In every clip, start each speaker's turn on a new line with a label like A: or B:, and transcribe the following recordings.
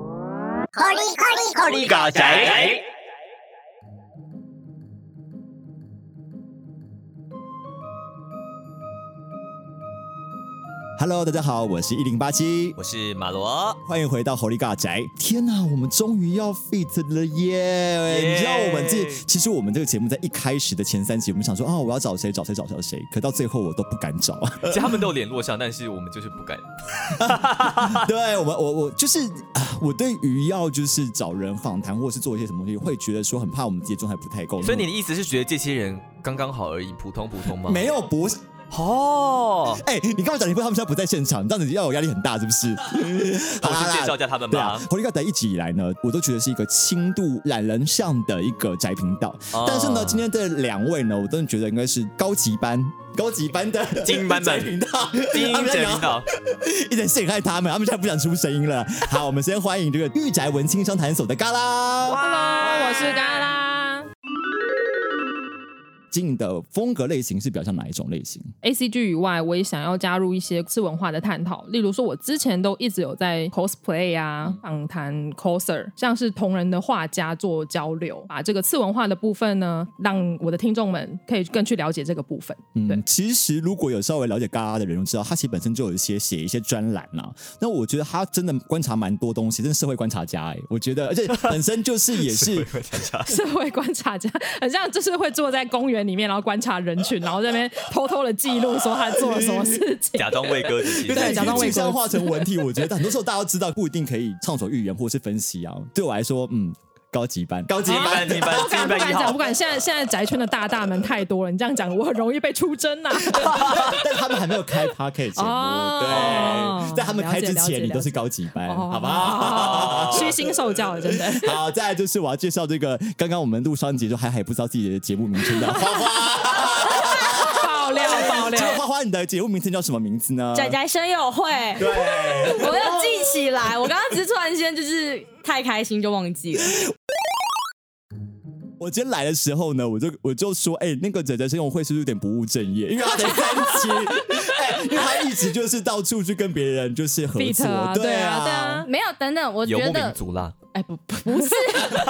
A: コリコリコリ
B: 狗仔。
C: Hello，大家好，我是一零八七，
B: 我是马罗，
C: 欢迎回到《狐狸尬宅》。天哪，我们终于要 fit 了耶
B: 耶
C: 你知道我们这其实我们这个节目在一开始的前三集，我们想说哦，我要找谁找谁找谁谁，可到最后我都不敢找。
B: 其实他们都有联络上，但是我们就是不敢。
C: 对我们，我我就是啊，我对于要就是找人访谈或是做一些什么东西，会觉得说很怕我们自己的状态不太够。
B: 所以你的意思是觉得这些人刚刚好而已，普通普通吗？
C: 没有不是？
B: 哦，
C: 哎、你刚我讲你不，他们现在不在现场，这样子要我压力很大，是不是？
B: 我去介绍一下他们
C: 对啊
B: 吧。，
C: 《活力高宅》一直以来呢，我都觉得是一个轻度懒人向的一个宅频道。
B: 哦
C: 但是呢，今天这两位呢，我真的觉得应该是高级班、高级班的
B: 精英班
C: 宅
B: 们
C: 频道，
B: 精英
C: 宅
B: 者领导，
C: 一直陷害他们，他们现在不想出声音了。好， 我们先欢迎这个御宅文青商谈所的嘎啦。
D: Hello，我是嘎啦。
C: 进的风格类型是比较像哪一种类型？
D: A C G 以外，我也想要加入一些次文化的探讨，例如说，我之前都一直有在 cosplay 啊、访谈 coser，像是同人的画家做交流，把这个次文化的部分呢，让我的听众们可以更去了解这个部 分。对
C: 嗯，其实如果有稍微了解嘎嘎的人，都知道他其实本身就有一些写一些专栏啦。那我觉得他真的观察蛮多东西，真是社会观察家哎、我觉得，而且本身就是也 是
D: 社会观察家，很像就是会坐在公园里面，然后观察人群，然后在那边偷偷的记录说他做了什么事情。
B: 假装喂鸽子，其实
D: 对假装喂
C: 具
D: 鸽子
C: 象化成文体，我觉得很多时候大家都知道不一定可以畅所欲言或是分析啊。对我来说，嗯，高级 班，高级
B: 精英班，精英班，
D: 不
B: 精
D: 敢
B: 英
D: 不
B: 班
D: 敢
B: 一
D: 讲，
B: 号
D: 不。敢。现在现在宅圈的大大们太多了，你这样讲我很容易被出征啊呐、
C: 但他们还没有 开 p a r k e t 节目，
D: 哦
C: 对，在他们开之
D: 了解了
C: 前，
D: 解
C: 你都是高级班，
D: 哦
C: 好不好？
D: 虚心受教了，真 的。
C: 好，再来就是我要介绍这个，刚刚我们录上集就还还不知道自己的节目名称的花花，
D: 爆料爆
C: 这
D: 料
C: 个，花花，你的节目名称叫什么名字呢？
E: 仔仔生友会，
C: 对，
E: 我要记起来。我刚刚只是突然间就是太开心就忘记了。
C: 我今天来的时候呢，我就我就说，哎、那个仔仔生用会是不是有点不务正业？因为他才三期， 哎、因为他一直就是到处去跟别人就是合
D: Fit
C: 作，
D: 啊
C: 对
D: 对啊对啊
E: 没有，等等，我
B: 游
E: 觉
B: 牧民
E: 得，
B: 族啦，
E: 哎，不，不不是。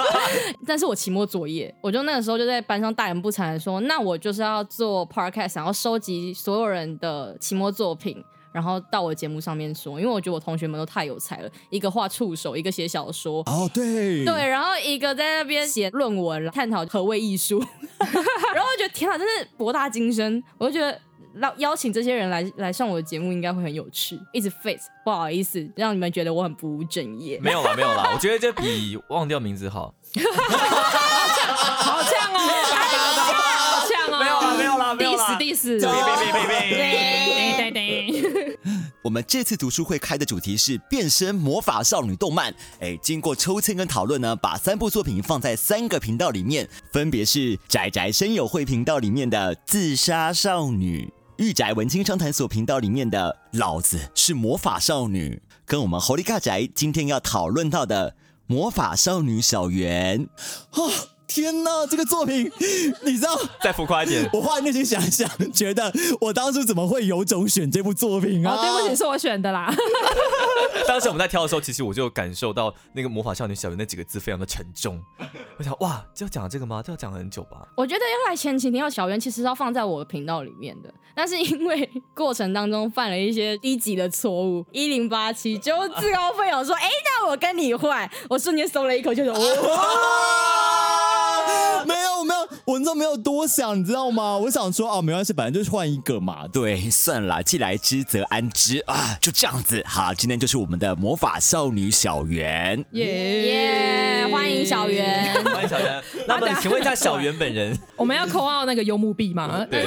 E: 但是我期末作业，我就那个时候就在班上大言不惭的说，那我就是要做 podcast，然后收集所有人的期末作品。然后到我节目上面说，因为我觉得我同学们都太有才了，一个画触手，一个写小说，
C: 哦，对，
D: 啊
E: 对，然后一个在那边写论文，探讨何谓艺术， 然后我觉得天啊，真是博大精深。我就觉得邀邀请这些人来来上我的节目，应该会很有趣。一直 face，不好意思，让你们觉得我很不务正业。
B: 没有啦，没有啦。我觉得这比忘掉名字 好。
D: 好 呛哦，
E: 哎
D: 好呛哦，
B: 没有啦，没有啦，没有啦。
D: ，diss
B: 别
D: diss，
B: 别别别别！
D: 对对对，
F: 我们这次读书会开的主题是变身魔法少女动漫。哎，经过抽签跟讨论呢，把三部作品放在三个频道里面，分别是宅宅生友会频道里面的自杀少女。御宅文青商谈所频道里面的老子是魔法少女，跟我们狐狸尬宅今天要讨论到的魔法少女小圆，啊
C: 哦，天哪，这个作品，你知道，
B: 再浮夸一点，
C: 我后来内心想一想，觉得我当初怎么会有种选这部作品啊？
D: 哦，对不起，是我选的 啦，
B: 当时我们在挑的时候，其实我就感受到那个魔法少女小圆那几个字非常的沉重。 我想，哇，这要讲这个吗？这要讲很久 吧？
E: 我觉得要来前几天要小圆，其实是要放在我的频道里面的，但是因为过程当中犯了一些低级的错误，一零八七就自告奋勇说：“哎、那我跟你换。”我瞬间松了一口气，就哦，
C: 啊没有没有，我那时候没有多想，你知道吗？我想说哦，没关系，反正就是换一个嘛。
F: 对，算了，既来之则安之啊，就这样子。好，今天就是我们的魔法少女小圆。
E: 耶、欢迎小。圆。
B: 欢迎小圆。 那么，请问一下小圆本人，
D: 我们要扣到那个幽默币吗？
B: 对，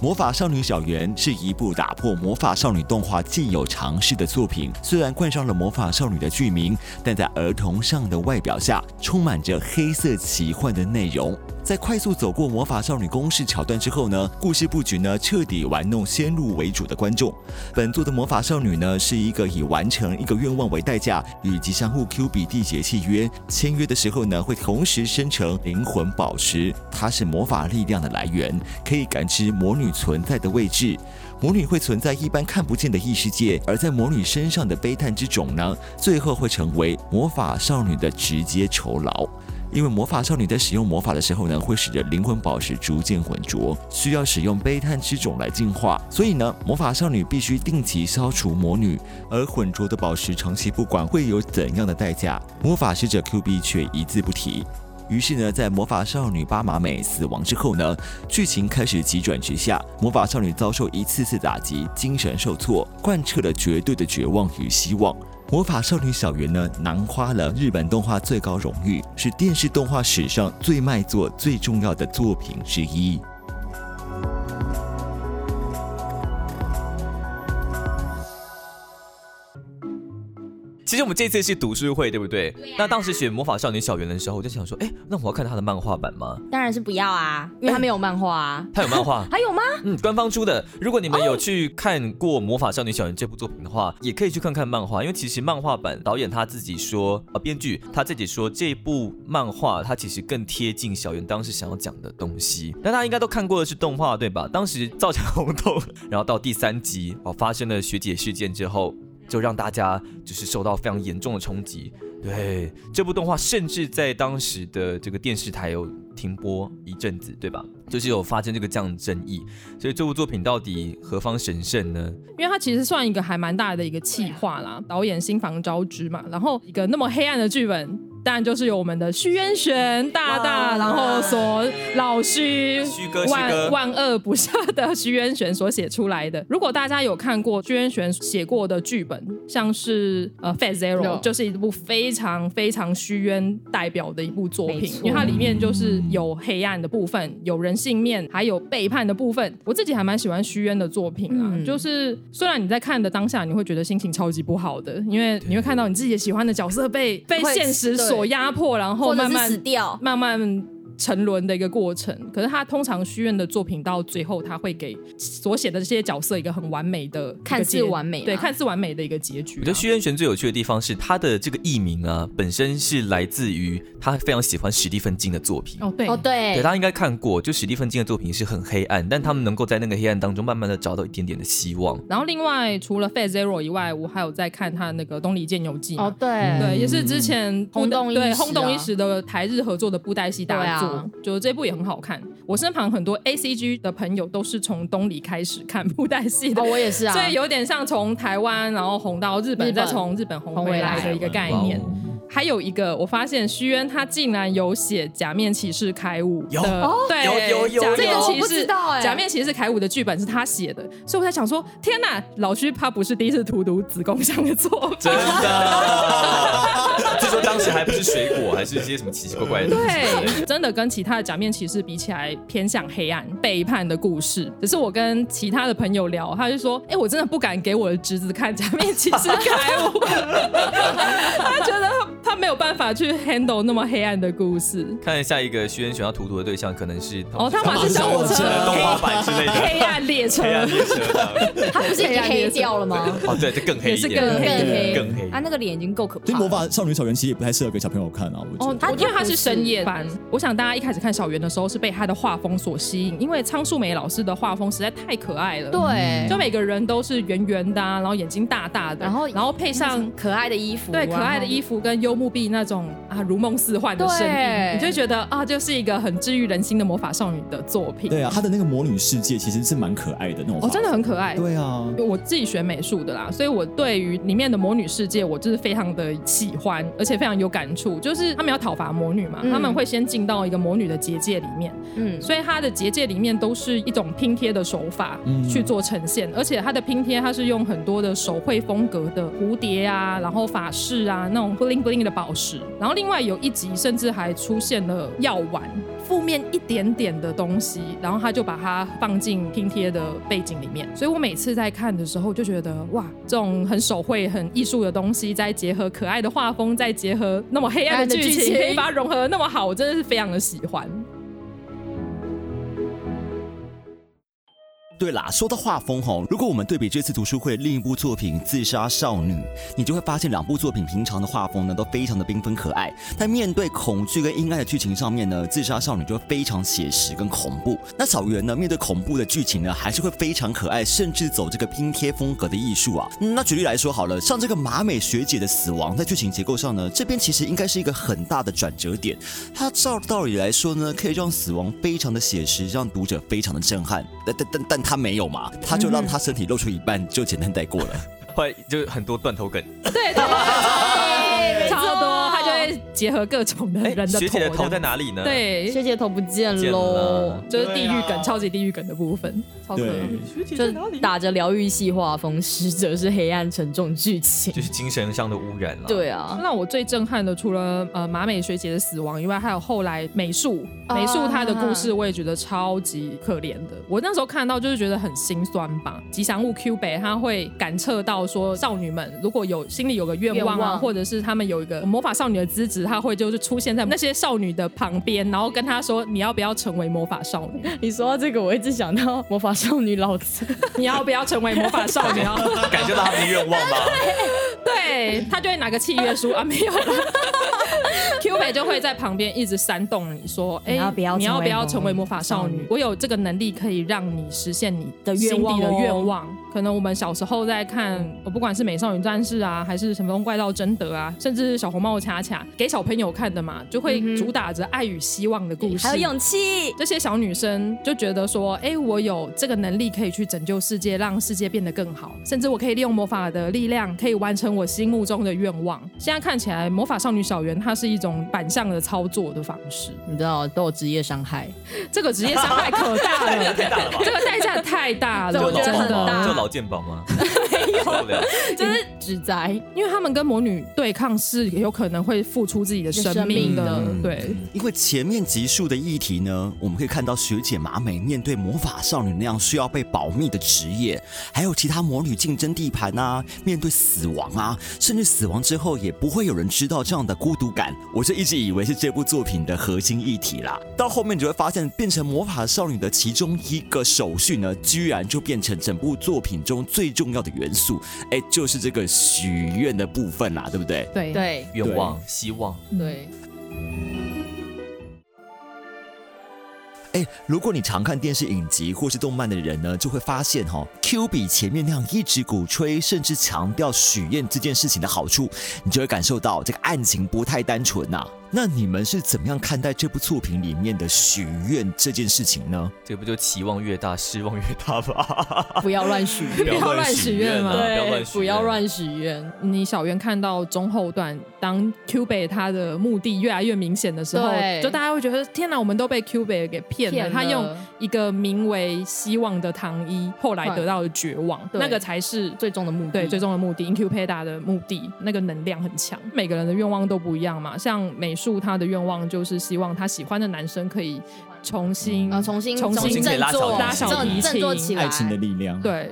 F: 《魔法少女小圆》是一部打破魔法少女动画既有尝试的作品。虽然冠上了魔法少女的剧名，但在儿童上的外表下，充满着黑色奇幻的内容。
C: 在快速走过魔法少女攻势桥段之后呢，故事布局呢彻底玩弄先入为主的观众。本作的魔法少女呢是一个以完成一个愿望为代价，与吉祥物 Q 比缔结契约。签约的时候呢，会同时生成灵魂宝石，它是魔法力量的来源，可以感知魔女存在的位置。魔女会存在一般看不见的异世界，而在魔女身上的悲叹之种呢，最后会成为魔法少女的直接酬劳。因为魔法少女在使用魔法的时候呢，会使得灵魂宝石逐渐浑浊，需要使用悲叹之种来净化。所以呢，魔法少女必须定期消除魔女，而浑浊的宝石长期不管会有怎样的代价，魔法使者 Q B 却一字不提。于是呢，在魔法少女巴马美死亡之后呢，剧情开始急转直下，魔法少女遭受一次次打击，精神受挫，贯彻了绝对的绝望与希望。魔法少女小圆呢，囊括了日本动画最高荣誉，是电视动画史上最卖座、最重要的作品之一。
B: 其实我们这次是读书会，对不对？那当时选《魔法少女小圆》的时候，我就想说，哎，那我要看她的漫画版吗？
E: 当然是不要啊，因为他没有漫画啊。，
B: 她有漫画
E: 还 有吗？
B: 嗯，官方出的。如果你们有去看过《魔法少女小圆》这部作品的话，也可以去看看漫画，因为其实漫画版导演他自己说，呃，编剧他自己说，这部漫画它其实更贴近小圆当时想要讲的东西。但大家应该都看过的是动画，对吧？当时造成轰动， 然后到第三集哦发生了学姐事件之后，就让大家就是受到非常严重的冲击。对，这部动画甚至在当时的这个电视台有停播一阵子，对吧？就是有发生这个这样的争议，所以这部作品到底何方神圣呢？
D: 因为它其实算一个还蛮大的一个企划啦，导演新房昭之嘛，然后一个那么黑暗的剧本，当然就是由我们的徐渊玄大大，然后所老徐
B: 虚哥虚哥
D: 万万恶不赦的徐渊玄所写出来的。如果大家有看过徐渊玄写过的剧本，像是呃《Fat Zero
E: No》，
D: 就是一部非常非常虚渊代表的一部作
E: 没
D: 品
E: 错，
D: 因为它里面就是有黑暗的部分，有人性面，还有背叛的部分。我自己还蛮喜欢虚渊的作品啊啦，
E: 嗯
D: 就是虽然你在看的当下，你会觉得心情超级不好的，因为你会看到你自己喜欢的角色被被
E: 会
D: 现实
E: 对
D: 所压迫，然后
E: 或者
D: 慢
E: 是
D: 慢
E: 死掉。
D: 慢慢沉沦的一个过程。可是他通常虚愿的作品到最后，他会给所写的这些角色一个很完美的一个结，
E: 看似完美啊
D: 对，看似完美的一个结局啊、
B: 我觉得虚渊玄最有趣的地方是他的这个艺名啊，本身是来自于他非常喜欢史蒂芬金的作品。
D: 哦，对，
E: 哦，对
B: 对，大家应该看过，就史蒂芬金的作品是很黑暗，但他们能够在那个黑暗当中慢慢的找到一点点的希望。
D: 然后另外除了《Fate Zero》以外，我还有在看他那个《东离剑游记》嘛。
E: 哦，对，
B: 嗯
D: 对，也是之前
E: 轰
D: 布袋
E: 动一时啊
D: 对轰动一时的台日合作的布袋戏大作，
E: 对啊
D: 就是这部也很好看。我身旁很多 A C G 的朋友都是从东离开始看布袋戏的
E: 哦，，我也是啊。
D: 所以有点像从台湾然后红到日本，
E: 日本
D: 再从日本红
E: 红
D: 回
E: 回
D: 来
E: 来
D: 的一个概念。
B: 哇哦
D: 还有一个，我发现虚渊他竟然有写《假面骑士开悟》
B: 有
D: 的，对，
B: 哦有有有
D: 假
E: 这个
D: 面
E: 我
D: 骑
E: 不知
D: 士。
E: 道哎，
D: 假面骑士开悟的剧本是他写的，所以我在想说，天哪，老虚他不是第一次荼毒子宫像的作品，
B: 真 的，据说当时还不是水果，还是一些什么奇奇怪怪的东西。
D: 对，真的跟其他的假面骑士比起来，偏向黑暗背叛的故事。只是我跟其他的朋友聊，他就说：“哎、我真的不敢给我的侄子看假面骑士开悟，他觉得他他没有办法去 handle 那么黑暗的故事。”
B: 看下一个虚渊玄要荼毒的对象，可能是
D: 哦，他马
B: 是
D: 是小火车，
B: 动画版之类的。
D: 黑暗列车
B: 哦黑。暗列车 的
E: 他 不是已经黑掉了吗？
B: 哦，对，这更黑一点，
D: 也是更黑
B: 更黑
E: 他那个脸已经够可
G: 所以
E: 怕。
G: 魔法少女小圆其实也不太适合给小朋友看啊，我觉
D: 哦
G: 得。，
D: 他因为他
E: 不
D: 是
E: 是
D: 深夜版，我想大家一开始看小圆的时候是被他的画风所吸引，因为仓树美老师的画风实在太可爱了。
E: 对，
D: 就每个人都是圆圆的、啊，然后眼睛大大的，
E: 然后
D: 然后配上。
E: 可爱的衣服，啊
D: 对可爱的衣
E: 服，
D: 服跟幽木碧那种啊如梦似幻的声音，
E: 对
D: 你就会觉得啊，就是一个很治愈人心的魔法少女的作品。
G: 对啊，她的那个魔女世界其实是蛮可爱的那种。
D: 哦，真的。很可爱。
G: 对啊，
D: 我自己学美术的啦，所以我对于里面的魔女世界，我就是非常的喜欢，而且非常有感触。就是他们要讨伐魔女嘛，
E: 嗯
D: 他们会先进到一个魔女的结界里面，
E: 嗯，
D: 所以它的结界里面都是一种拼贴的手法
G: 嗯
D: 去做呈现，而且它的拼贴它是用很多的手绘风格的蝴蝶啊，然后法式啊那种 bling bling 的宝石，然后另外有一集甚至还出现了药丸。负面一点点的东西，然后他就把它放进拼贴的背景里面，所以我每次在看的时候就觉得，哇，这种很手绘、很艺术的东西，再结合可爱的画风，再结合那么黑暗的
E: 黑暗的
D: 剧
E: 剧
D: 情，
E: 情
D: 可以把它融合得那么好，我真的是非常的喜欢。
C: 对啦，说到画风吼，如果我们对比这次读书会另一部作品《自杀少女》，你就会发现两部作品平常的画风呢都非常的缤纷可爱，但面对恐惧跟阴暗的剧情上面呢，《自杀少女》就会非常写实跟恐怖。那草原呢，面对恐怖的剧情呢，还是会非常可爱，甚至走这个拼贴风格的艺术啊。嗯那举例来说好了，像这个马美学姐的死亡，在剧情结构上呢，这边其实应该是一个很大的转折点。它照道理来说呢，可以让死亡非常的写实，让读者非常的震撼。但但但但他没有嘛，他就让他身体露出一半，就简单带过了。
B: 后来就很多断头梗。
D: 对对，
E: 没
D: 超
E: 错
D: 多，他就会结合各种的
B: 哎，
D: 人的
B: 学姐的头在
D: 这样？
B: 哪里呢？，
D: 对，
E: 学姐头不见
B: 见
E: 喽
B: 了，
D: 就是地
H: 对
D: 狱
H: 啊
D: 梗，超级地狱梗的部分。
E: 超可
H: 对
E: 能。，就是打着疗愈系画风，实则是黑暗沉重剧情
B: 就。是精神上的污染了。
E: 对啊，
D: 那我最震撼的，除了呃马美学姐的死亡以外，还有后来美术，
E: 啊
D: 美术她的故事我也觉得超级可怜的。我那时候看到就是觉得很心酸吧。吉祥物 Q 北他会感测到说，少女们如果有心里有个愿望啊，
E: 愿望
D: 或者是他们有一个魔法少女的资质，他会就是出现在那 些少女的旁边，然后跟她说你要不要成为魔法少女？
E: 你说到这个，我一直想到魔法少女老子，
D: 你要不要成为魔法少女啊？
B: 感觉到他们的愿望吧。
D: 对他就会拿个契 约书啊，没有了。Q 美就会在旁边一直煽动你说：“哎、
E: 你要不要
D: 你要不要成为
E: 成为
D: 魔
E: 魔
D: 法
E: 法
D: 少
E: 少
D: 女
E: 女？
D: 我有这个能力可以让你实现你
E: 的
D: 心
E: 愿望
D: 底的
E: 哦
D: 愿望。可能我们小时候在看，呃不管是《美少女战士》啊，还是《乘风怪盗贞德》啊，甚至是《小红帽恰恰》，给小朋友看的嘛，就会主打着爱与希望的故事。
E: 嗯还有勇气。
D: 这些小女生就觉得说，哎、我有这个能力可以去拯救世界，让世界变得更好，甚至我可以利用魔法的力量，可以完成我心目中的愿望。现在看起来，魔法少女小圆它是一种反向的操作的方式，
E: 你知道都有职业伤害，
D: 这个职业伤害可大了，
B: 太大了吧
D: 这个代价太大了，
E: 这
B: 就
E: 我
B: 老
E: 觉得
B: 宝
E: 很
B: 吗？
E: 大
B: 就老健保吗？没有，
E: 就是职灾。
D: 因为他们跟魔女对抗是有可能会付出自己的生命的，
E: 生命
D: 对。
C: 因为前面集数的议题呢，我们可以看到学姐马美面对魔法少女那样需要被保密的职业，还有其他魔女竞争地盘啊，面对死亡啊，甚至死亡之后也不会有人知道这样的孤独感。我是一直以为是这部作品的核心议题啦，到后面你就会发现，变成魔法少女的其中一个手续呢，居然就变成整部作品中最重要的元素，哎，就是这个许愿的部分啦，对不对？
D: 对
E: 对
B: 愿望、希望，
E: 对，
C: 哎，如果你常看电视影集或是动漫的人呢，就会发现哈、哦、，Q 比前面那样一直鼓吹甚至强调许愿这件事情的好处，你就会感受到这个案情不太单纯呐、那你们是怎么样看待这部作品里面的许愿这件事情呢？
B: 这不就期望越大，失望越大吧？
E: 不要乱 许
B: 不
E: 愿，
B: 要乱许愿啊不要乱
E: 对，
B: 许愿
E: 不要乱许愿。
D: 你小圆看到中后段，当 Q 北他的目的越来越明显的时候，
E: 对
D: 就大家会觉得天哪，我们都被 Q 北给骗了。
E: 骗了
D: 他用一个名为希望的糖衣，后来得到了绝望，
E: 对嗯
D: 那个才是最。
E: 最终的目的，
D: 对最终的目的，Incubata 的目的，那个能量很强。每个人的愿望都不一样嘛，像美术，他的愿望就是希望他喜欢的男生可以重新
E: 啊，重新
D: 重
B: 新
E: 新
B: 可以
E: 振
B: 拉小
E: 作，
B: 提琴
E: 振振作起来
H: 爱。情的力量，，
D: 对，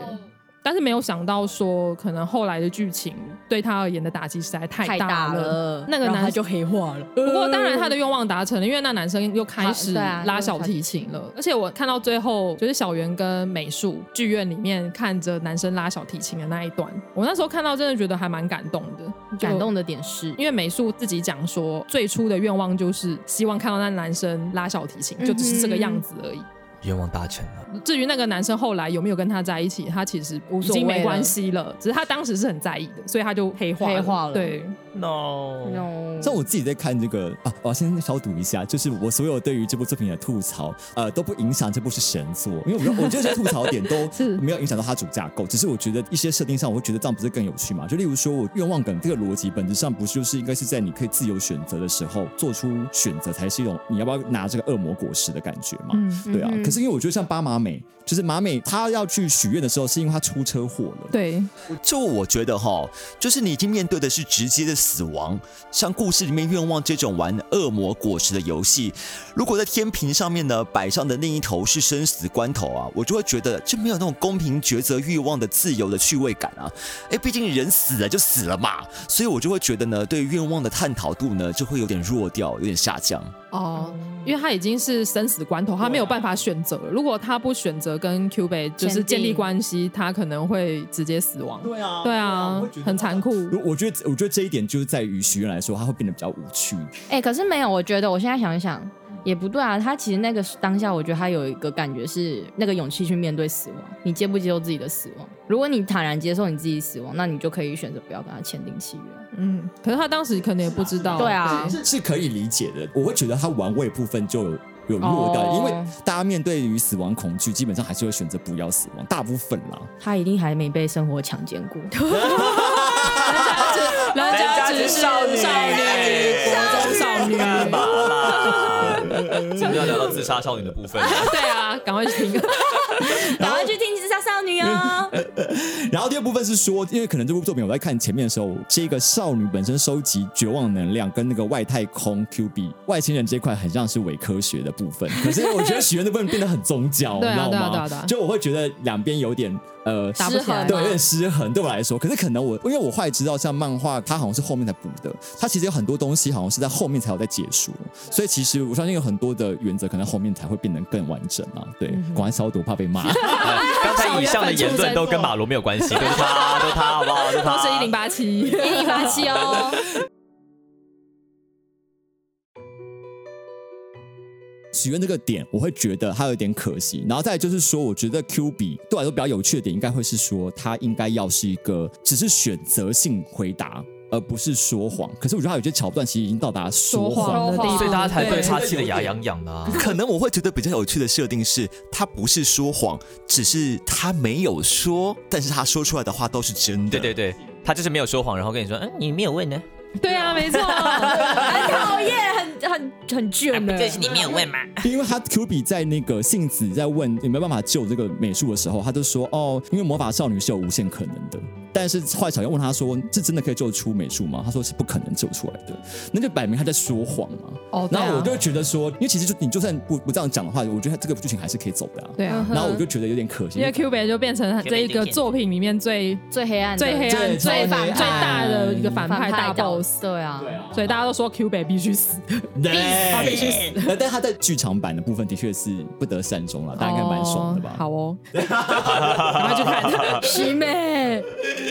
D: 但是没有想到说，可能后来的剧情对他而言的打击实在太
E: 太
D: 大
E: 大
D: 了。
E: 了，
D: 那个男
E: 然后他就黑化了。
D: 不过当然他的愿望达成了，因为那男生又开始
E: 好对啊
D: 拉小提琴了。而且我看到最后，就是小圆跟美术剧院里面看着男生拉小提琴的那一段，我那时候看到真的觉得还蛮感动的，就
E: 感。动的点是，
D: 因为美术自己讲说，最初的愿望就是希望看到那男生拉小提
E: 嗯
D: 琴，就只是这个样子而已。
B: 愿望达成了，
D: 至于那个男生后来有没有跟他在一起，他其实
E: 无
D: 已
E: 所谓
D: 经没
E: 了
D: 关系了，只是他当时是很在意的，所以他就黑化
E: 黑化了
D: 对，
B: no，
E: 哦
H: 像我自己在看这个啊，我要先消毒一下，就是我所有对于这部作品的吐槽，呃，都不影响这部是神作，因为我觉 得我觉得这些吐槽点都
D: 是
H: 没有影响到它主架构，只是我觉得一些设定上，我会觉得这样不是更有趣嘛？就例如说，我愿望梗这个逻辑本质上不是就是应该是在你可以自由选择的时候做出选择，才是一种你要不要拿这个恶魔果实的感觉嘛？
D: 嗯，
H: 对啊，
E: 嗯哼
H: 可是因为我觉得像巴马美，就是马美，她要去许愿的时候，是因为她出车祸了。
D: 对，
C: 就我觉得哈，就是你已经面对的是直接的死亡，像故事里面愿望这种玩恶魔果实的游戏，如果在天平上面呢摆上的另一头是生死关头啊，我就会觉得这没有那种公平抉择欲望的自由的趣味感啊。哎，毕竟人死了就死了嘛，所以我就会觉得呢，对愿望的探讨度呢就会有点弱掉，有点下降。
D: 哦，因为他已经是生死关头，他没有办法选择了。如果他不选择跟 Q 北就是建立关系，他可能会直接死亡。
F: 对啊
D: 对啊，很残酷。
C: 我我觉得，我觉得这一点就是在于许愿来说，它会变得比较无趣。
E: 哎、可是没有，我觉得我现在想一想也不对啊。他其实那个当下，我觉得他有一个感觉是那个勇气去面对死亡。你接不接受自己的死亡？如果你坦然接受你自己死亡，那你就可以选择不要跟他签订契约。
D: 嗯，可是他当时可能也不知道。
E: 对啊，
C: 是是可以理解的。我会觉得他玩味部分就有有落到，
E: 哦
C: 因为大家面对于死亡恐惧，基本上还是会选择不要死亡，大部分啦。
E: 他一定还没被生活强奸 过。
D: 人家
B: 人家
D: 只
B: 只
D: 是
B: 是
D: 少
B: 少
D: 女，
B: 女
D: 国中少女。
B: 干嘛啦？今天要聊到自杀少女的部分，
D: 对啊，赶快去听。
E: 赶快去听《自杀少女》 哦！
C: 然后第二部分是说，因为可能这部作品我在看前面的时候，这个少女本身收集绝望能量，跟那个外太空 Q B 外星人这块很像是伪科学的部分。可是我觉得许愿的部分变得很宗教，你
D: 对
C: 知
D: 啊
C: 道
D: 对啊对啊对
C: 吗
D: 啊？
C: 就我会觉得两边有点呃
D: 打不起来
C: 对，有
E: 吗
C: 点失衡。对我来说，可是可能我因为我后来知道，像漫画它好像是后面才补的，它其实有很多东西好像是在后面才有在解说，所以其实我相信有很多的原则可能后面才会变得更完整啊。对，赶快消毒，怕被骂。
B: 刚才以上的言论都跟马龙没有关系，都是他，都是他，好不好？都是
D: 都是一
B: 他
D: 零。八七。
E: 给你发气哦。
C: 许愿那个点，我会觉得它有点可惜。然后再来就是说，我觉得 Q 比对我来说比较有趣的点，应该会是说，它应该要是一个只是选择性回答，而不是说谎。可是我觉得它有些桥段其实已经到达说
D: 谎
C: 谎。
D: 的地方，
E: 说谎
B: 所以大家才
D: 对
B: 对他气得牙痒痒的啊。
F: 可能我会觉得比较有趣的设定是，他不是说谎，只是他没有说，但是他说出来的话都是真
B: 对
F: 的。
B: 对对，他就是没有说谎，然后跟你说，嗯，你没有问呢，
D: 对啊，没错，
E: 很讨厌，很很很
D: 哎
E: 卷的。
A: 你没有问嘛？
C: 因为他 Q 比在那个杏子在问有没有办法救这个美术的时候，他就说哦，因为魔法少女是有无限可能的。但是坏小妖问他说，这真的可以救出美术吗？他说是不可能救出来的，那就摆明他在说谎嘛。
D: 哦，对
C: 然后我
D: 啊，
C: 就觉得说，因为其实就你就算不不这样讲的话，我觉得这个剧情还是可以走的、啊。
D: 对啊，
C: 然后我就觉得有点可惜，
D: 因为 Q 北就变成他这一个作品里面最
E: 最黑暗的、
D: 最黑暗、
C: 对
D: 最
E: 最反派
D: 最大的一个反
E: 反
D: 派大
E: 派的
D: boss，
E: 对啊，
D: 所以大家都说 Q 北必须死。
C: 他必须死。呃但他在剧场版的部分的确是不得善终了，大家应该蛮爽的吧
D: 哦？好哦，赶快去看。
E: 师妹，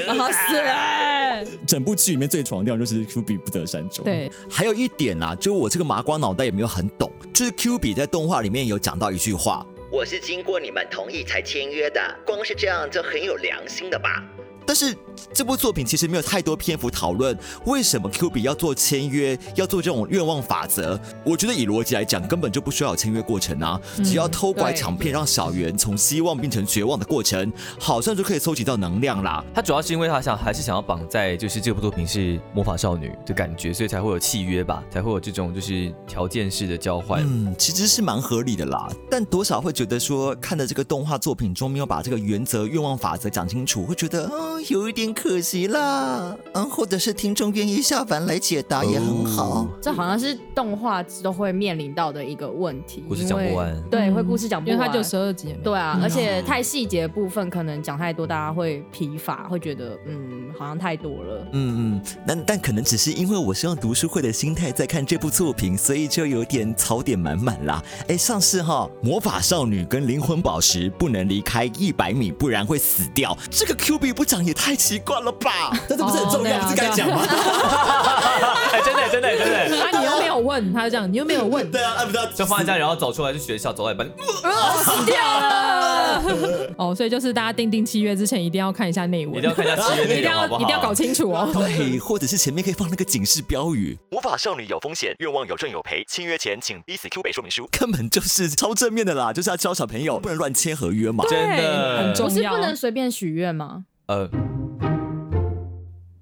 E: 我好死了。
C: 整部剧里面最爽的地方就是 Q B 不得善终。，
D: 对，
F: 还有一点啦、就我这个麻瓜脑袋也没有很懂，就是 Q 比在动画里面有讲到一句话，
I: 我是经过你们同意才签约的，光是这样就很有良心的吧？
F: 但是这部作品其实没有太多篇幅讨论为什么 Q 比要做签约，要做这种愿望法则。我觉得以逻辑来讲，根本就不需要有签约过程啊，
D: 嗯
F: 只要偷拐
E: 对
F: 抢骗，让小圆从希望变成绝望的过程，好像就可以搜集到能量啦。
B: 他主要是因为他想还是想要绑在就是这部作品是魔法少女的感觉，所以才会有契约吧，才会有这种就是条件式的交换。
F: 嗯，其实是蛮合理的啦，但多少会觉得说，看的这个动画作品中没有把这个原则、愿望法则讲清楚，会觉得啊、有一点可惜啦。嗯，或者是听众愿意下凡来解答也很好。
E: 这
D: 嗯
E: 好像是动画都会面临到的一个问题，
B: 故事讲不完嗯
E: 因为对，会故事讲不
D: 嗯因
E: 完，
D: 为他就十二集也没。
E: 对啊，而且太细节的部分可能讲太多，大家会疲乏，会觉得嗯，好像太多了。
F: 嗯嗯，但但可能只是因为我是用读书会的心态在看这部作品，所以就有点槽点满满啦。哎，上次哈，魔法少女跟灵魂宝石不能离开一百米，不然会死掉。这个 Q 币不讲也太奇怪了吧？
C: 但这不是很重
D: 哦对
C: 要，
D: 啊
C: 不是该讲吗？
B: 哎，真的真的真的，
D: 啊，你又没有问，他就这样，你又没有 问，
C: 对啊，啊不知道
B: 就放在家里，然后走出来去学校，走到一半，
D: 死掉了。 哦，所以就是大家订定契约之前，一定要看一下内文，
B: 一定要看一下契约
D: 一
B: 内
D: 定
B: 容，
D: 要
B: 好不好？
D: 一定要搞清楚哦。
F: 对，或者是前面可以放那个警示标语：“魔法少女有风险，愿望有赚有赔，签约前请逼死 Q 北说明书。”根本就是超正面的啦，就是要教小朋友不能乱签合约嘛。
B: 真
D: 对很重
E: 不
B: 的，
E: 是不能随便许愿吗？
B: 呃，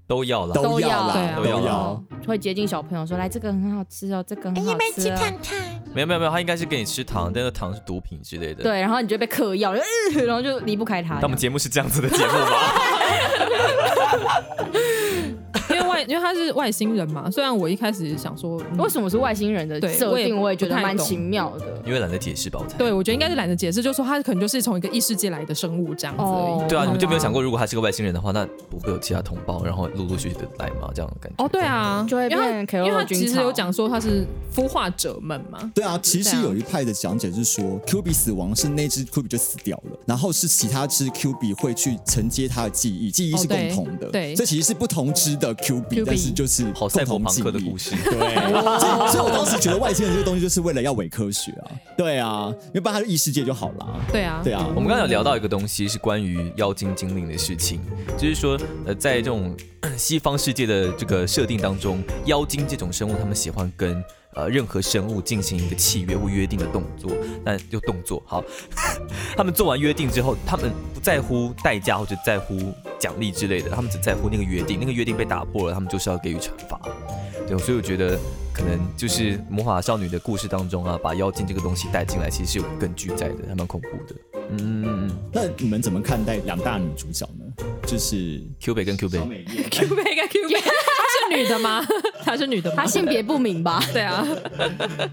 B: 都要了。
C: 都要
E: 对
C: 啦
E: 啊，
C: 都
B: 都要
C: 要。
E: 会接近小朋友说：“来，这个很好吃哦，这个很
D: 哎
E: 好吃、哦。”
A: 看。
B: 没有没有没有，他应该是给你吃糖，但是糖是毒品之类的。，
E: 对，然后你就被嗑药，就呃然后就离不开他。
B: 但我们节目是这样子的节目吗？
D: 因为外外，因为他是外星人嘛。虽然我一开始想说，嗯
E: 为什么是外星人的
D: 对
E: 设
D: 我也
E: 定，我也
D: 不
E: 觉得
D: 太
E: 蛮
D: 懂
E: 奇妙的。
B: 因为懒得解释吧，我猜。
D: 对，我觉得应该是懒得解释，就说他可能就是从一个异世界来的生物这样子而已。
E: 哦
B: 对啊，你们就没有想
E: 过，
B: 过，如果他是个外星人的话，那不会有其他同胞，然后陆陆续续的来吗？这样的感觉。
D: 哦，对，啊，
E: 就会
D: 因为他
E: 变
D: 因
E: Keroro
D: 为他
E: 军
D: 其实有
E: 曹
D: 讲说他是孵化者们嘛。
C: 对啊，其
D: 这
C: 实
D: 样
C: 有一派的讲解是说，Q 比死亡是那只 Q 比就死掉了，然后是其他只 Q 比会去承接它的记忆，记忆
D: 哦
C: 是
D: 对
C: 共同的，
D: 对
C: 这其实是不同只的 Q 比，
D: Q
C: 但是就是
B: 好
C: 共
B: 赛博
C: 同
B: 朋
C: 记
B: 克的
C: 忆
B: 故。事。
C: 对，所以 所以我当时觉得外星人这个东西就是为了要伪科学啊，对啊，因为不然它是异世界就好了，
D: 对啊，
C: 对啊
B: 我，们刚才有聊到一个东西，是关于妖精精灵的事情，就是说，呃，在这种 西方世界的这个设定当中，妖精这种生物，他们喜欢跟呃任何生物进行一个契约或约定的动作，那就动作好。 他们做完约定之后，他们不在乎代价或者在乎奖励之类的，他们只在乎那个约定，那个约定被打破了，他们就是要给予惩罚。对，所以我觉得可能就是《魔法少女》的故事当中啊，把妖精这个东西带进来，其实是有根据在的，还蛮恐怖的。嗯嗯嗯嗯。
C: 那你们怎么看待两大女主角呢？就是。
B: Q 北跟 Q 北
C: 小，美艳
D: Q 妹跟 Q 妹，她是女的吗？ 她是女的吗
E: 他？性别不明吧？
D: 对啊，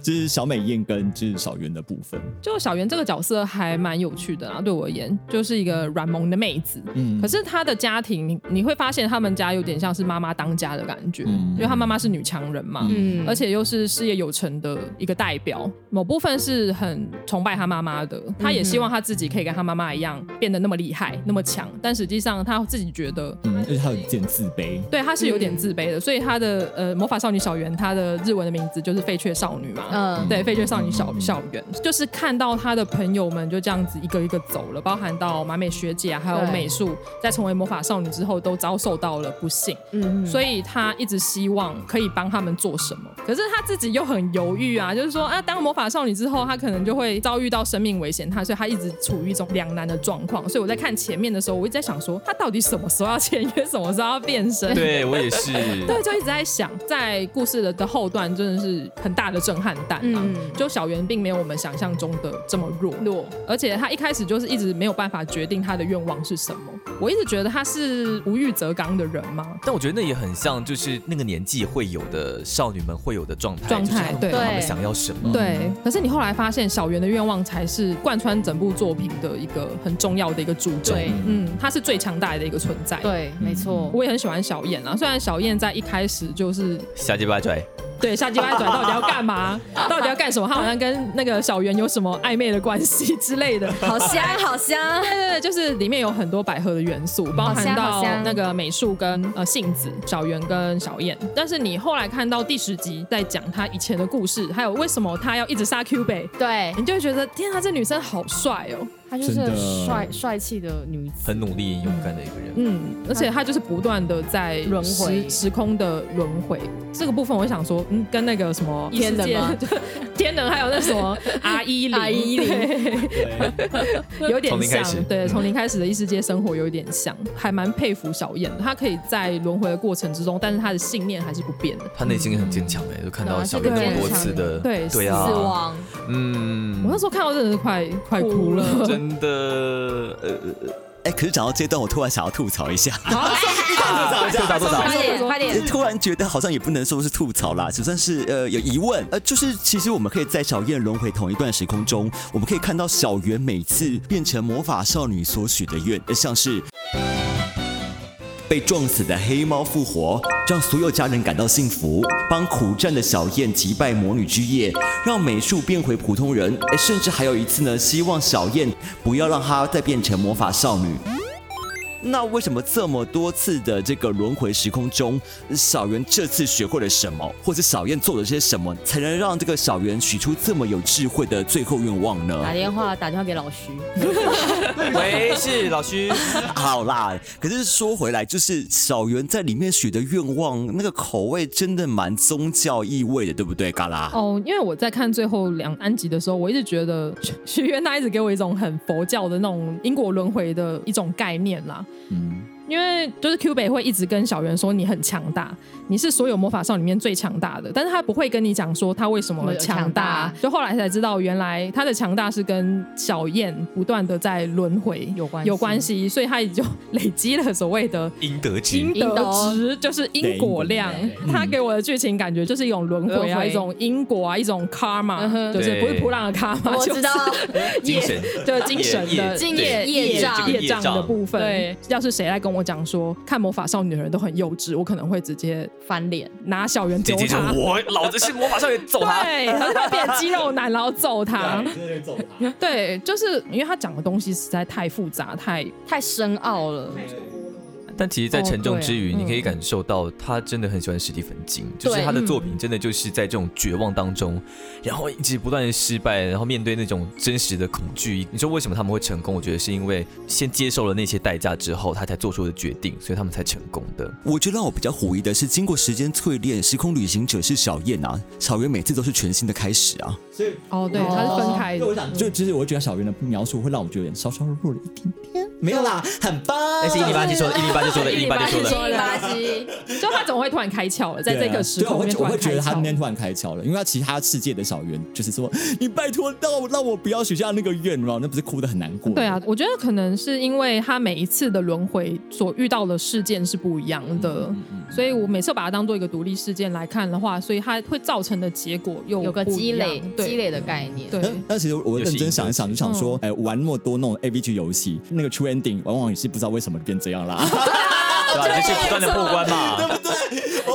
C: 就是小美艳跟就是小圆的部分，
D: 就小圆这个角色还蛮有趣的啦，对我而言，就是一个软萌的妹子。
C: 嗯
D: 可，是她的家庭，你你会发现他们家有点像是妈妈当家的感觉，
C: 嗯
D: 因为她妈妈是女强人嘛，
E: 嗯，
D: 而且又是事业有成的一个代表，某部分是很崇拜她妈妈的。她也希望她自己可以跟她妈妈一样变得那么厉害、那么强，但实际上她自己觉得。
C: 嗯，而且她有点自 卑，
D: 对，她是有点自卑的，所以她的呃魔法少女小圆，她的日文的名字就是废雀少女嘛，
E: 嗯，
D: 对，废墟少女小校园，就是看到他的朋友们就这样子一个一个走了，包含到马美学姐啊，还有
E: 对
D: 美术，在成为魔法少女之后，都遭受到了不幸，
E: 嗯，
D: 所以他一直希望可以帮他们做什么，可是他自己又很犹豫啊，就是说啊，当魔法少女之后，他可能就会遭遇到生命危险，他所以他一直处于一种两难的状况。所以我在看前面的时候，我一直在想说，他到底什么时候要签约，什么时候要变身？
B: 对我也是。
D: 对，就一直在想，在故事的的后段真的是很大的震撼弹啊！
E: 嗯
D: 就小圆并没有我们想象中的这么弱，
E: 弱，
D: 而且他一开始就是一直没有办法决定他的愿望是什么。我一直觉得他是无欲则刚的人嘛，
B: 但我觉得那也很像，就是那个年纪会有的少女们会有的状态，
D: 状
B: 就是
D: 态
B: 她们
D: 对
B: 她们想要什么？
D: 对。可是你后来发现，小圆的愿望才是贯穿整部作品的一个很重要的一个主轴。
E: 对
D: 嗯，他是最强大的一个存在。。
E: 对，没错，
D: 我也很喜欢小燕啊，虽然小燕在一开始就是
B: 瞎鸡巴拽，
D: 对，下鸡巴转到底要干嘛？到底要干什么？他好像跟那个小圆有什么暧昧的关系之类的。
E: 好香，好香，
D: 对对对，就是里面有很多百合的元素，包含
E: 好
D: 到
E: 香
D: 那个美术跟呃杏子、小圆跟小燕。但是你后来看到第十集在讲她以前的故事，还有为什么她要一直杀 Q 北，
E: 对，
D: 你就会觉得天啊，这女生好帅哦。
E: 她就是
C: 真的
E: 帅帅气的女子，
B: 很努力、勇敢的一个人。
D: 嗯，而且她就是不断的在
E: 轮回
D: 时时空的轮回这个部分，我想说，嗯，跟那个什么
E: 天人吗
D: 异世界 天人还有那什 么 R 一零
E: R10
D: 对有点
B: 从零开始嗯
D: 像，对，从零开始的异世界生活有点像，还蛮佩服小燕的，她可以在轮回的过程之中，但是她的信念还是不变的。
B: 她内心很坚强哎，就看
E: 对
B: 到
E: 啊
B: 小妹
E: 是个
B: 那么多
E: 坚强
B: 次的，
D: 对
B: 对
E: 死
B: 啊，
E: 亡，
B: 嗯
D: 我那时候看到真的是快快哭了，
B: 真的呃，
F: 哎，可是讲到这段，我突然想要吐槽一下，
B: 呃多少多少，
E: 快 点，快点，
F: 突然觉得好像也不能说是吐槽啦，只算是呃有疑问，呃，就是其实我们可以在小燕轮回同一段时空中，我们可以看到小圆每次变成魔法少女所许的愿，呃像是。被撞死的黑猫复活，让所有家人感到幸福；帮苦战的小燕击败魔女之夜，让美术变回普通人。哎，甚至还有一次呢，希望小燕不要让她再变成魔法少女。那为什么这么多次的这个轮回时空中，小圆这次学会了什么，或者小燕做了些什么，才能让这个小圆许出这么有智慧的最后愿望呢？
E: 打电话，打电话给老徐，
B: 喂，是老徐，
F: 好啦，可是说回来，就是小圆在里面许的愿望，那个口味真的蛮宗教意味的，对不对？嘎啦，
D: 哦，因为我在看最后两安集的时候，我一直觉得许许愿他一直给我一种很佛教的那种因果轮回的一种概念啦。
C: 嗯，
D: 因为就是 Q 北会一直跟小圆说你很强大，你是所有魔法少里面最强大的，但是他不会跟你讲说他为什么强大啊
E: 强大，
D: 就后来才知道原来他的强大是跟小燕不断的在轮回
E: 有关系
D: 有关系，所以他也就累积了所谓的
B: 应得之
D: 因
E: 因
D: 得
E: 得
D: 值，就是因果量
C: 对因果。
D: 他给我的剧情感觉就是一种轮回
E: 轮
D: 啊，
E: 回
D: 一种因果啊，一种 karma，、
E: 嗯哼
D: 就是不是普朗的 karma，
E: 我
D: 就
E: 知
D: 是
E: 道，
B: 精神，
D: 就是精神的
B: 业
E: 敬
B: 对
E: 业
D: 业
E: 业
D: 障
E: 障
B: 这个
D: 障的部分。
E: 对，
D: 要是谁来跟我讲说看魔法少女的人都很幼稚，我可能会直接
E: 翻脸，
D: 拿小圆
B: 姐
D: 丢
B: 姐就
D: 他。
B: 我老子是魔法少女，走他！
D: 对，然后他变肌肉男，然后揍他。
C: 啊对走吧
D: 对，就是因为他讲的东西实在太复杂，太
E: 太深奥了。
B: 但其实，在沉重之余，
E: 哦对啊
B: 你可以感受到他真的很喜欢史蒂芬金，就是
E: 对
B: 他的作品真的就是在这种绝望当中，然后一直不断的失败，然后面对那种真实的恐惧。你说为什么他们会成功？我觉得是因为先接受了那些代价之后，他才做出的决定，所以他们才成功的。
F: 我觉得让我比较狐疑的是，经过时间淬炼，时空旅行者是小燕啊，小燕每次都是全新的开始啊。
D: 哦，对，
E: 哦
D: 他是分开的。
C: 就其实我觉得小圆的描述会让我觉得有点稍稍弱了一点点，没有啦，很棒。
B: 那是一零八七说的，一零八七说的，一零八七说
D: 108
B: 的。
D: 说了
E: 垃圾，
D: 就他怎么会突然开窍了？在这个时
C: 对啊
D: 空里面
C: 对
D: 突
C: 啊我会我
D: 然
C: 会
D: 开
C: 觉得他那
D: 窍
C: 天。突然开窍了，因为他其他世界的小圆就是说，你拜托让我让我不要许下那个愿望，那不是哭的很难过。
D: 对啊，，我觉得可能是因为他每一次的轮回所遇到的事件是不一样
C: 嗯
D: 的，所以我每次把它当做一个独立事件来看的话，所以它会造成的结果又
E: 有个
D: 不一
E: 积
D: 样
E: 累
D: 对
E: 积累的概 念。
D: 对
C: 但但哎其实我认真想一想，就想说，
D: 嗯
C: 哎、玩那么多那种 A V G 游戏，那个 True Ending 往往也是不知道为什么变这样啦。
B: 对吧？就是不断的破关嘛。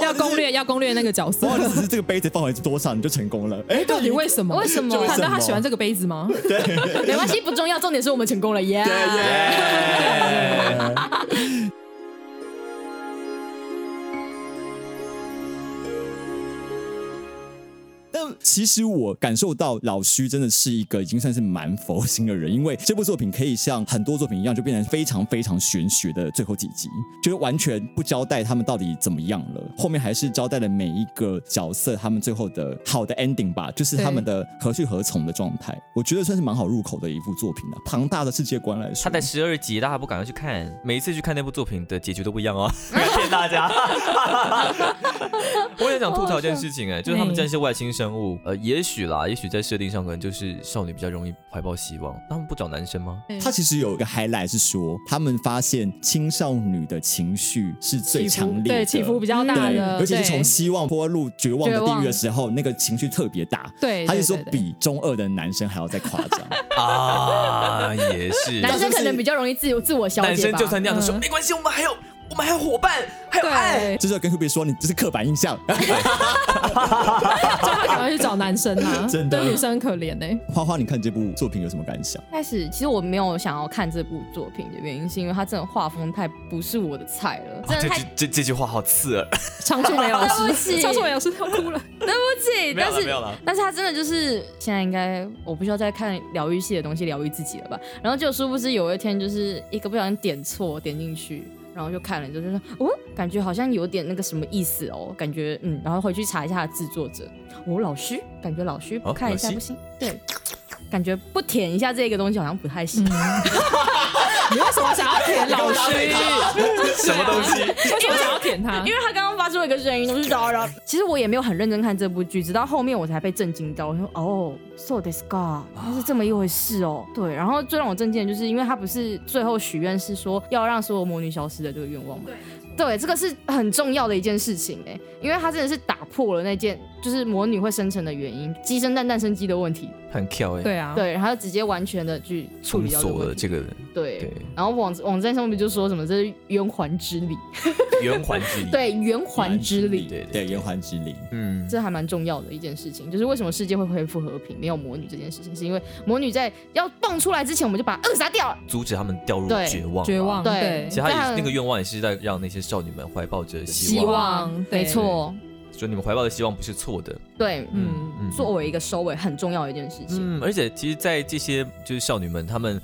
D: 要攻略要攻略那个角 色
C: 往， 往只是这个杯子放回多少你就成功了。哎、
D: 到底为什么？
E: 为什么
D: 他他喜欢这个杯子吗？
E: 没关系，不重要，重点是我们成功了耶！
C: 但其实我感受到老徐真的是一个已经算是蛮佛心的人，因为这部作品可以像很多作品一样，就变成非常非常玄学的最后几集，就是完全不交代他们到底怎么样了，后面还是交代了每一个角色他们最后的好的 ending 吧，就是他们的何去何从的状态。我觉得算是蛮好入口的一部作品了、庞大的世界观来说，
B: 他在十二集，大家不赶快去看，每一次去看那部作品的结局都不一样 哦，不要骗大 家。我也想吐槽一件事情、哎，就是他们真的是外星生物，呃，也许啦，也许在设定上可能就是少女比较容易怀抱希望，他们不找男生吗？
C: 他其实有一个 highlight 是说，他们发现青少女的情绪是最强烈的，
D: 对起伏比较大
C: 对，
D: 的，
C: 而且是从
D: 对
C: 希望坡入绝望的
E: 绝
C: 地
E: 望
C: 狱的时候，那个情绪特别大。
D: 对，
C: 他就说
D: 对对对
C: 比中二的男生还要再夸张，
B: 啊，也是。
E: 男生可能比较容易自由自我消解吧。
B: 男生就算那样，他说、没哎关系，我们还有我们还有伙伴，还有爱。
D: 对，
C: 这就是要跟 Hubie 说你这是刻板印象。
D: 就他赶快去找男生啦，
C: 真的
D: 对女生很可怜呢。欸
C: 花花，你看这部作品有什么感想？
E: 开始，其实我没有想要看这部作品的原因，是因为它真的画风太不是我的菜了，真
B: 这
E: 的太
B: 句这这句话好刺 耳，
D: 常树梅老
E: 对不
D: 师，
E: 起
D: 常树梅老师要哭了，
E: 对不 起。
B: 没有
E: 但
B: 了没有
E: 是，
B: 了。
E: 但是它真的就是现在应该我不需要再看疗愈系的东西疗愈自己了吧？然后就殊不知有一天就是一个不小心点错点进去。然后就看了，就就说哦，感觉好像有点那个什么意思哦，感觉嗯，然后回去查一下它的制作者，哦，老师，感觉老师
B: 哦
E: 看一下
B: 老师
E: 不行，对，感觉不舔一下这个东西好像不太行，
D: 你为什么想要舔老 师？
E: 啊
B: 什么东西？
D: 为什么想要舔他？
E: 因为他刚刚发出了一个声音，我就然后，然后其实我也没有很认真看这部剧，直到后面我才被震惊到。我说哦，so this god，它是这么一回事哦。对，然后最让我震惊的就是，因为他不是最后许愿是说要让所有魔女消失的这个愿望嘛。对，这个是很重要的一件事情哎、因为他真的是打破了那件就是魔女会生成的原因，鸡生蛋，蛋生鸡的问题。
B: 很跳哎，
D: 对啊，
E: 对，然后直接完全的去处
B: 封
E: 理掉这个
B: 锁了
E: 问题。
B: 这个人
E: 对，
B: 对
E: 然后网网站上面就说什么这是圆环之理，
B: 嗯圆环之力。，
E: 对，圆环之理。
C: 对
B: 对
C: 对，圆环之灵。
B: 嗯，
E: 这还蛮重要的一件事情，就是为什么世界会恢复和平，没有魔女这件事情，是因为魔女在要蹦出来之前，我们就把她扼杀掉了。
B: 阻止他们掉入
E: 对
B: 绝望吧。
D: 绝望，
E: 对
B: 其实他也
E: 但
B: 是那个愿望也是在让那些少女们怀抱着希
D: 希
B: 望，
D: 望对
E: 没错，
B: 说你们怀抱的希望不是错的。
E: 对，
D: 嗯
B: 嗯
E: 作为一个收尾很重要的一件事情。
B: 嗯，而且其实，在这些就是少女们，她们。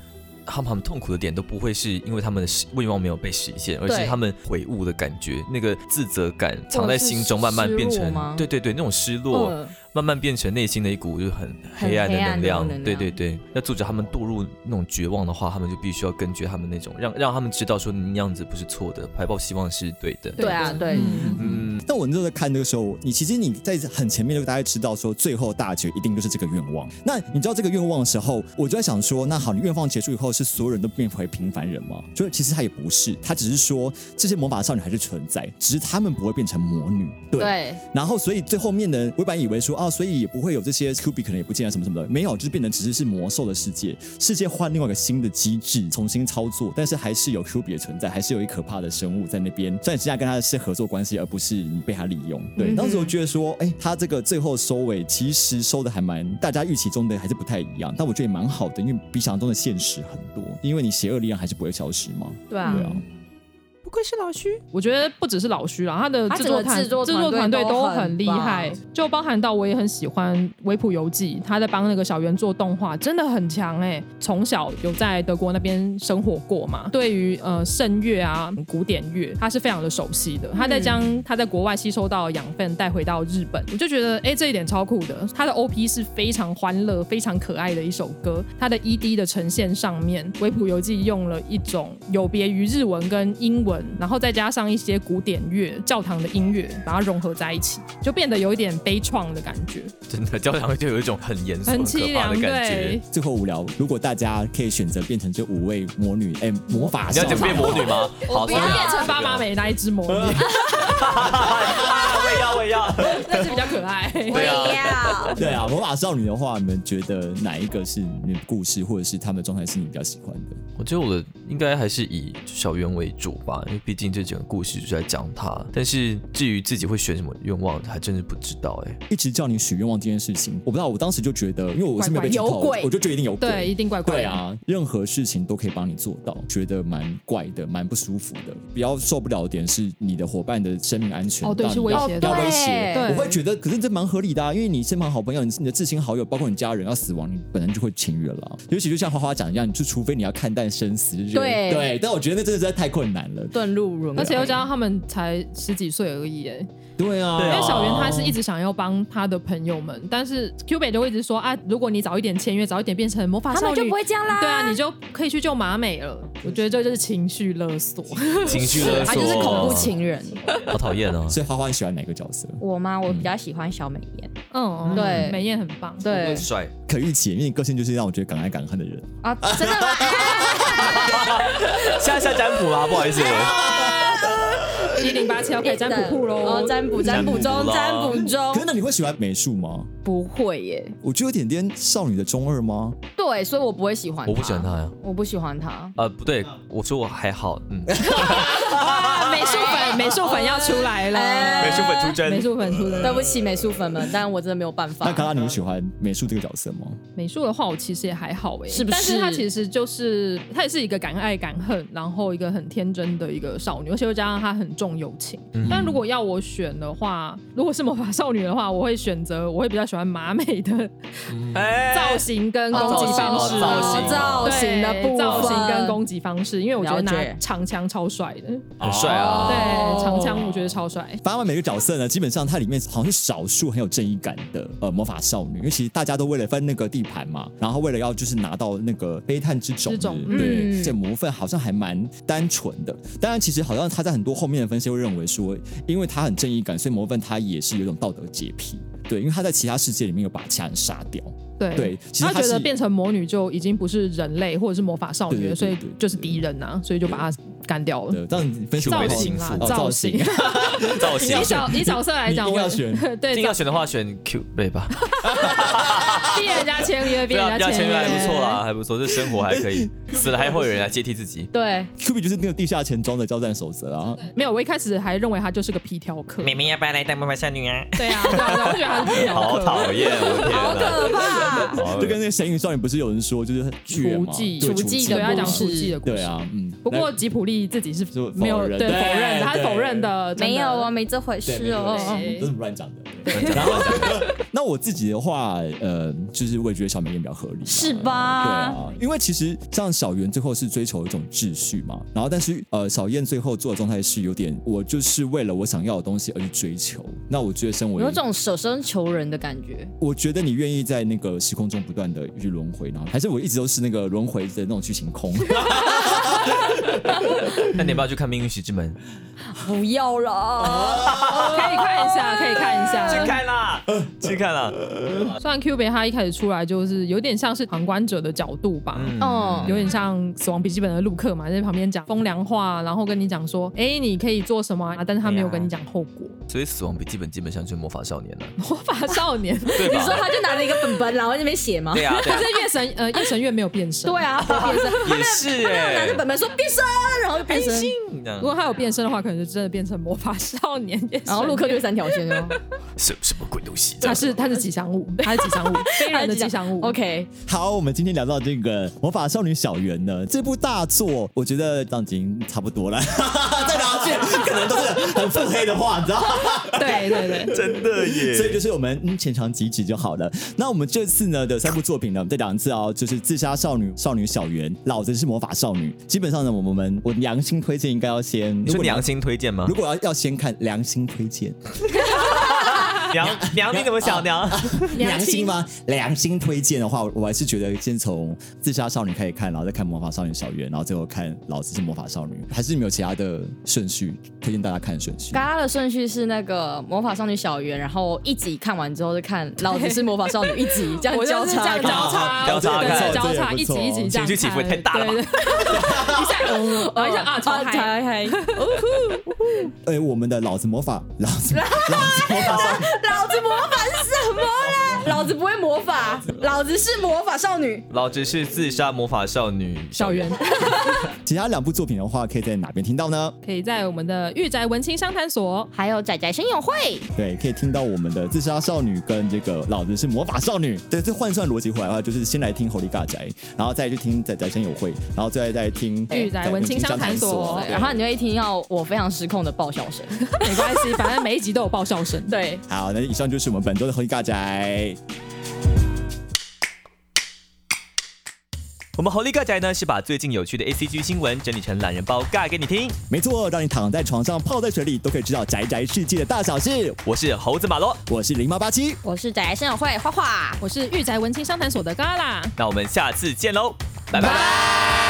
B: 她们很痛苦的点都不会是因为她们的愿望没有被实现，而是
E: 对
B: 她们悔悟的感觉，那个自责感藏在心中，慢慢变
E: 失落
B: 成
E: 吗
B: 对对对那种失落，
E: 嗯
B: 慢慢变成内心的一股就很
E: 很
B: 黑暗的
E: 黑暗
B: 能
E: 的
B: 量。
E: 能量
B: 对对对，要阻止他们堕入那种绝望的话，他们就必须要根绝他们那种，让让他们知道说你那样子不是错的，怀抱希望是对的。
E: 对啊，对，
D: 嗯
B: 嗯，
C: 但我那时候在看那个时候，你其实你在很前面就大概知道说，最后大结一定就是这个愿望。那你知道这个愿望的时候，我就在想说，那好，你愿望结束以后，是所有人都变回平凡人吗？就是其实他也不是，他只是说这些魔法少女还是存在，只是他们不会变成魔女。对。
E: 对，嗯
C: 然后，所以最后面的我本来以为说，哦，所以也不会有这些 Scooby 可能也不见了什么什么的，没有，就是变成只是是魔兽的世界，世界换另外一个新的机制重新操作，但是还是有 Scooby 的存在，还是有一可怕的生物在那边，虽然现在跟他是合作关系，而不是你被他利用。对，
E: 嗯哼
C: 当时我觉得说，哎，他这个最后收尾其实收的还蛮大家预期中的还是不太一样，但我觉得也蛮好的，因为比想象中的现实很多，因为你邪恶力量还是不会消失嘛。
E: 对啊
C: 对，啊，
A: 不愧是老徐，
D: 我觉得不只是老徐啦，他的制作
E: 他整个
D: 团
E: 制作团队
D: 团队
E: 都
D: 都
E: 很
D: 很厉害，就包含到我也很喜欢《维普游记》，他在帮那个小圆做动画，真的很强哎、从小有在德国那边生活过嘛，对于呃圣乐啊、古典乐，他是非常的熟悉的。他在将
E: 嗯
D: 他在国外吸收到的养分带回到日本，我就觉得哎、这一点超酷的。他的 OP 是非常欢乐、非常可爱的一首歌，他的 ED 的呈现上面，《维普游记》用了一种有别于日文跟英文，然后再加上一些古典乐、教堂的音乐，把它融合在一起，就变得有一点悲怆的感觉，
B: 真的，教堂就有一种很严肃、
D: 很
B: 可
D: 凄
B: 怕的感
D: 凉。
B: 觉
D: 对。，
C: 最后无聊，如果大家可以选择变成这五位魔女，哎，魔法
B: 你要
C: 少女
B: 讲变魔女吗？好，所
E: 不
B: 以
E: 要
B: 啊
D: 变成巴马美那一只魔女，
B: 啊 我也要，我也要。
D: 那是比较可爱。
B: 对啊
E: 啊，
C: 对啊，魔法少女的话，你们觉得哪一个是你的故事，或者是他们的状态是你比较喜欢的？
B: 我觉得我的应该还是以小圆为主吧，因为毕竟这整个故事就在讲他。但是至于自己会选什么愿望，还真是不知道哎、
C: 一直叫你许愿望这件事情，我不知道，我当时就觉得，因为我是没有被
D: 怪
C: 剧
D: 怪
C: 透，
E: 有鬼
C: 我就觉得一定有鬼。
D: 对，一定怪怪的。
C: 对啊，任何事情都可以帮你做到，觉得蛮怪的，蛮不舒服的。比较受不了的点是你的伙伴的生命安全
D: 哦对
C: 到你
D: 是威
C: 要
D: 胁的哦
C: 要威胁。
D: 对
C: 我会觉得，可是这蛮合理的啊，因为你身旁好朋友、你你的至亲好友，包括你家人要死亡，你本来就会情缘了。啊尤其就像花花讲一样，你就除非你要看淡生死，就觉得
E: 对
C: 对。但我觉得那真的实在太困难了。
E: 遁入轮回，
D: 而且又加上他们才十几岁而已，哎，
C: 对啊，
B: 对
D: 因
B: 啊
D: 为小圆他是一直想要帮他的朋友们，但是 Q 北就会一直说啊，如果你早一点签约，早一点变成魔法
E: 他
D: 少
E: 们
D: 女，
E: 就不会这样啦。
D: 对啊，你就可以去救马美了。我觉得这就是情绪勒索，
B: 情绪勒索，
E: 他就是恐怖，情人。
B: 好讨厌哦。
C: 所以花花你喜欢哪个角色？
E: 我吗？我比较喜欢小美颜，
D: 嗯，
E: 对
D: 美艳很棒，
E: 对
B: 帅，
C: 可预期，因为你个性就是让我觉得敢爱敢恨的人。
E: 啊，真的吗？
B: 下下占卜啦，不好意思，
D: 一零八七要开占卜铺喽
E: 哦，，占卜占卜中，占
B: 占卜
E: 卜
D: 哦
E: 中
C: 可是，那你会喜欢美术吗？
E: 不会耶。
C: 我觉得有点点少女的中二吗？
E: 对，所以我不会喜欢他，
B: 我不喜欢他呀。
E: 我不喜欢他。
B: 呃，不对，我说我还好，嗯，
D: 啊美术粉美术粉要出来了，
E: 美术
B: 粉出
D: 美，术粉出来
E: 对
D: 了。
E: 不起，美术粉们，但我真的没有办
C: 那卡
E: 法。
C: 拉，你会喜欢美术这个角色吗？
D: 美术的话，我其实也还好哎，
E: 是不是
D: 但是她其实就是她也是一个敢爱敢恨，然后一个很天真的一个少女，而且又加上她很重友情。但如果要我选的话，如果是魔法少女的话，我会选择我会比较喜欢马美的
B: 哎
D: 造型跟攻击方式，
B: 哦造型
E: 哦造型的部
D: 对
E: 分，
D: 造型跟攻击方式，因为我觉得
E: 了解哦
D: 拿长枪超帅的，
B: 很帅啊，
D: 对，长枪我觉得超帅。
C: 反正每个角色呢，基本上它里面好像是少数很有正义感的呃魔法少女，因为其实大家都为了分那个地盘嘛，然后为了要就是拿到那个悲叹之种，
D: 之种
C: 对，
E: 嗯
C: 这魔分好像还蛮单纯的。当然，其实好像他在很多后面的分析会认为说，因为他很正义感，所以魔分他也是有一种道德洁癖，对，因为他在其他世界里面有把其他人杀掉，
D: 对
C: 对其实
D: 他
C: 她
D: 觉
C: 是
D: 得变成魔女就已经不是人类或者是魔法少
C: 对
D: 女
C: 对
D: 了，
C: 对
D: 所以
C: 对对
D: 就是敌人呐，所以就把她干掉了。
C: 对，让你分析
D: 造
C: 完后
D: 型啦
C: 哦，
D: 造
C: 造
D: 型
C: 型。
B: 啊造
D: 以
B: 型。
D: 角以角色来讲，
C: 你硬要
D: 我
C: 选
D: 对
B: 硬要选的话，选 Q 对吧？
D: 逼 人家签约，逼
B: 对啊，
D: 人
B: 要
D: 家
B: 签
D: 签
B: 约
D: 约
B: 还不错
C: 啊
B: 啦，还不错，这生活还可以，死了还会有人来接替自己。
E: 对，
C: Q B 就是那个地下钱庄的交战守则啊，
D: 没有，我一开始还认为他就是个皮条客。
A: 明明要不要来当魔法少女啊？
D: 对啊，对啊，对啊我就觉得他是皮条
B: 好
D: 客。
B: 讨厌，我的天哪！
E: 可怕。
B: 啊
C: 就跟那个《神隐少女》不是有人说就是剧
D: 雏
C: 嘛，
D: 妓，
C: 对
E: 雏妓
D: 对
E: 的
D: 要
E: 故
D: 讲
E: 事
D: 雏妓的故事。
C: 对啊，嗯，
D: 不过吉普力自己是
C: 就
D: 没有
C: 否认
D: 对否
C: 对
D: 认的，他是
C: 对
D: 否认的，真的
J: 没有啊，，没这回
C: 对
J: 事哦。
C: 没有没有没有哎都是乱讲的。然后，那我自己的话，呃，就是我也觉得小美艳比较合理，啊
J: 是
C: 对
J: 吧？
C: 啊，因为其实像小圆最后是追求一种秩序嘛，然后但是呃，小燕最后做的状态是有点，我就是为了我想要的东西而去追求。那我觉得身为
E: 有种舍身求人的感觉。
C: 我觉得你愿意在那个时空中不断的去轮回，然后还是我一直都是那个轮回的那种剧情控。
B: 那你要不要去看《命运石之门
J: 不要了，
D: 哦可以看一下，可以看一》？
B: 去
D: 下。
B: 看啦， 去看啦。
D: 虽然 Q 别他一开始出来就是有点像是旁观者的角度吧，
E: 嗯，
D: 有点像《死亡笔记本》的陆克嘛，在旁边讲风凉话，然后跟你讲说，哎、你可以做什么啊？但是他没有跟你讲后果。
B: 所以《死亡笔记本》基本上就是魔法少年了，啊
D: 魔法少年，
B: 对
E: 你说
B: 吧？
E: 他就拿了一个本本，然后在那边写吗？
B: 对啊，对
D: 但
B: 啊
D: 是，夜神呃夜神月没有变身。
E: 对，啊，变身，
B: 也是
E: 拿
B: 哎
E: 着，本本说变身，然后就
D: 哎
E: 变身，
B: 这样
D: 如果他有变身的话，可能就真的变成魔法少年。夜神
E: 然后陆克就是三条线 哦。
B: 什什么鬼东西？
D: 他是他是吉祥物，他是吉祥物，非人的吉祥物。
E: OK，
C: 好，我们今天聊到这个魔法少女小圆呢，这部大作，我觉得这样已经差不多了， 再聊下去可能都是很腹黑的话，你知道 吗？
D: 对对对。
B: 真的
C: 所
B: 耶！
C: 以就是我们嗯浅尝即止就好了。那我们这次呢的三部作品呢，我们再讲一次哦，就是《自杀少女》《少女小圆》《老子是魔法少女》。基本上呢，我们我们我良心推荐应该要先，
B: 你
C: 如
B: 说
C: 果
B: 良心推荐吗
C: 如？果要要先看良心推荐，
B: 娘娘，你怎么想娘？
C: 良心吗？良心推荐的话，我还是觉得先从《自杀少女》开始看，然后再看《魔法少女小圆》，然后最后看《老子是魔法少女》。还是没有其他的顺序推荐大家看的顺序？
E: 嘎啦的顺序是那个魔法少女小圆，然后一集看完之后就看《老子是魔法少女》一集，这样
D: 我
E: 交
D: 就是这
E: 叉
D: 样
E: 看。
D: 交叉，
B: 交叉
D: 对
B: 看
D: 对交叉
C: 这也不
D: 一集
C: 错
D: 一集这
B: 情
D: 样看，
B: 绪起伏也太大了吧
D: 对对对一下，嗯然后一下啊，超嗨！
E: 嗨！
C: 哎、我们的老子魔法，老子
D: 啊
C: 老子魔法少女。
E: 老子魔法是什么啦？老子不会魔法，老子是魔法少女。
B: 老子是自杀魔法少女
D: 小圆。
C: 其他两部作品的话，可以在哪边听到呢？
D: 可以在我们的御宅文青商谈所，
J: 还有仔仔声友会，
C: 对，可以听到我们的自杀少女跟这个老子是魔法少女。对，这换算逻辑回来的话，就是先来听《狐狸尬宅》，然后再去听《仔仔声友会》，然后再再听
D: 御宅文青商谈所
E: 然后你会听到我非常失控的爆 笑声。
D: 没关系，反正每一集都有爆笑声。
E: 对，
C: 好，那以上就是我们本周的《狐狸尬宅》。
B: 我们猴力尬宅呢，是把最近有趣的 A C G 新闻整理成懒人包尬给你听。
C: 没错，让你躺在床上泡在水里都可以知道宅宅世界的大小事。
B: 我是猴子马罗，
C: 我是零八八七，
J: 我是仔仔声友会花花。
D: 我是御宅文青商谈所的 Gala。
B: 那我们下次见喽，拜拜。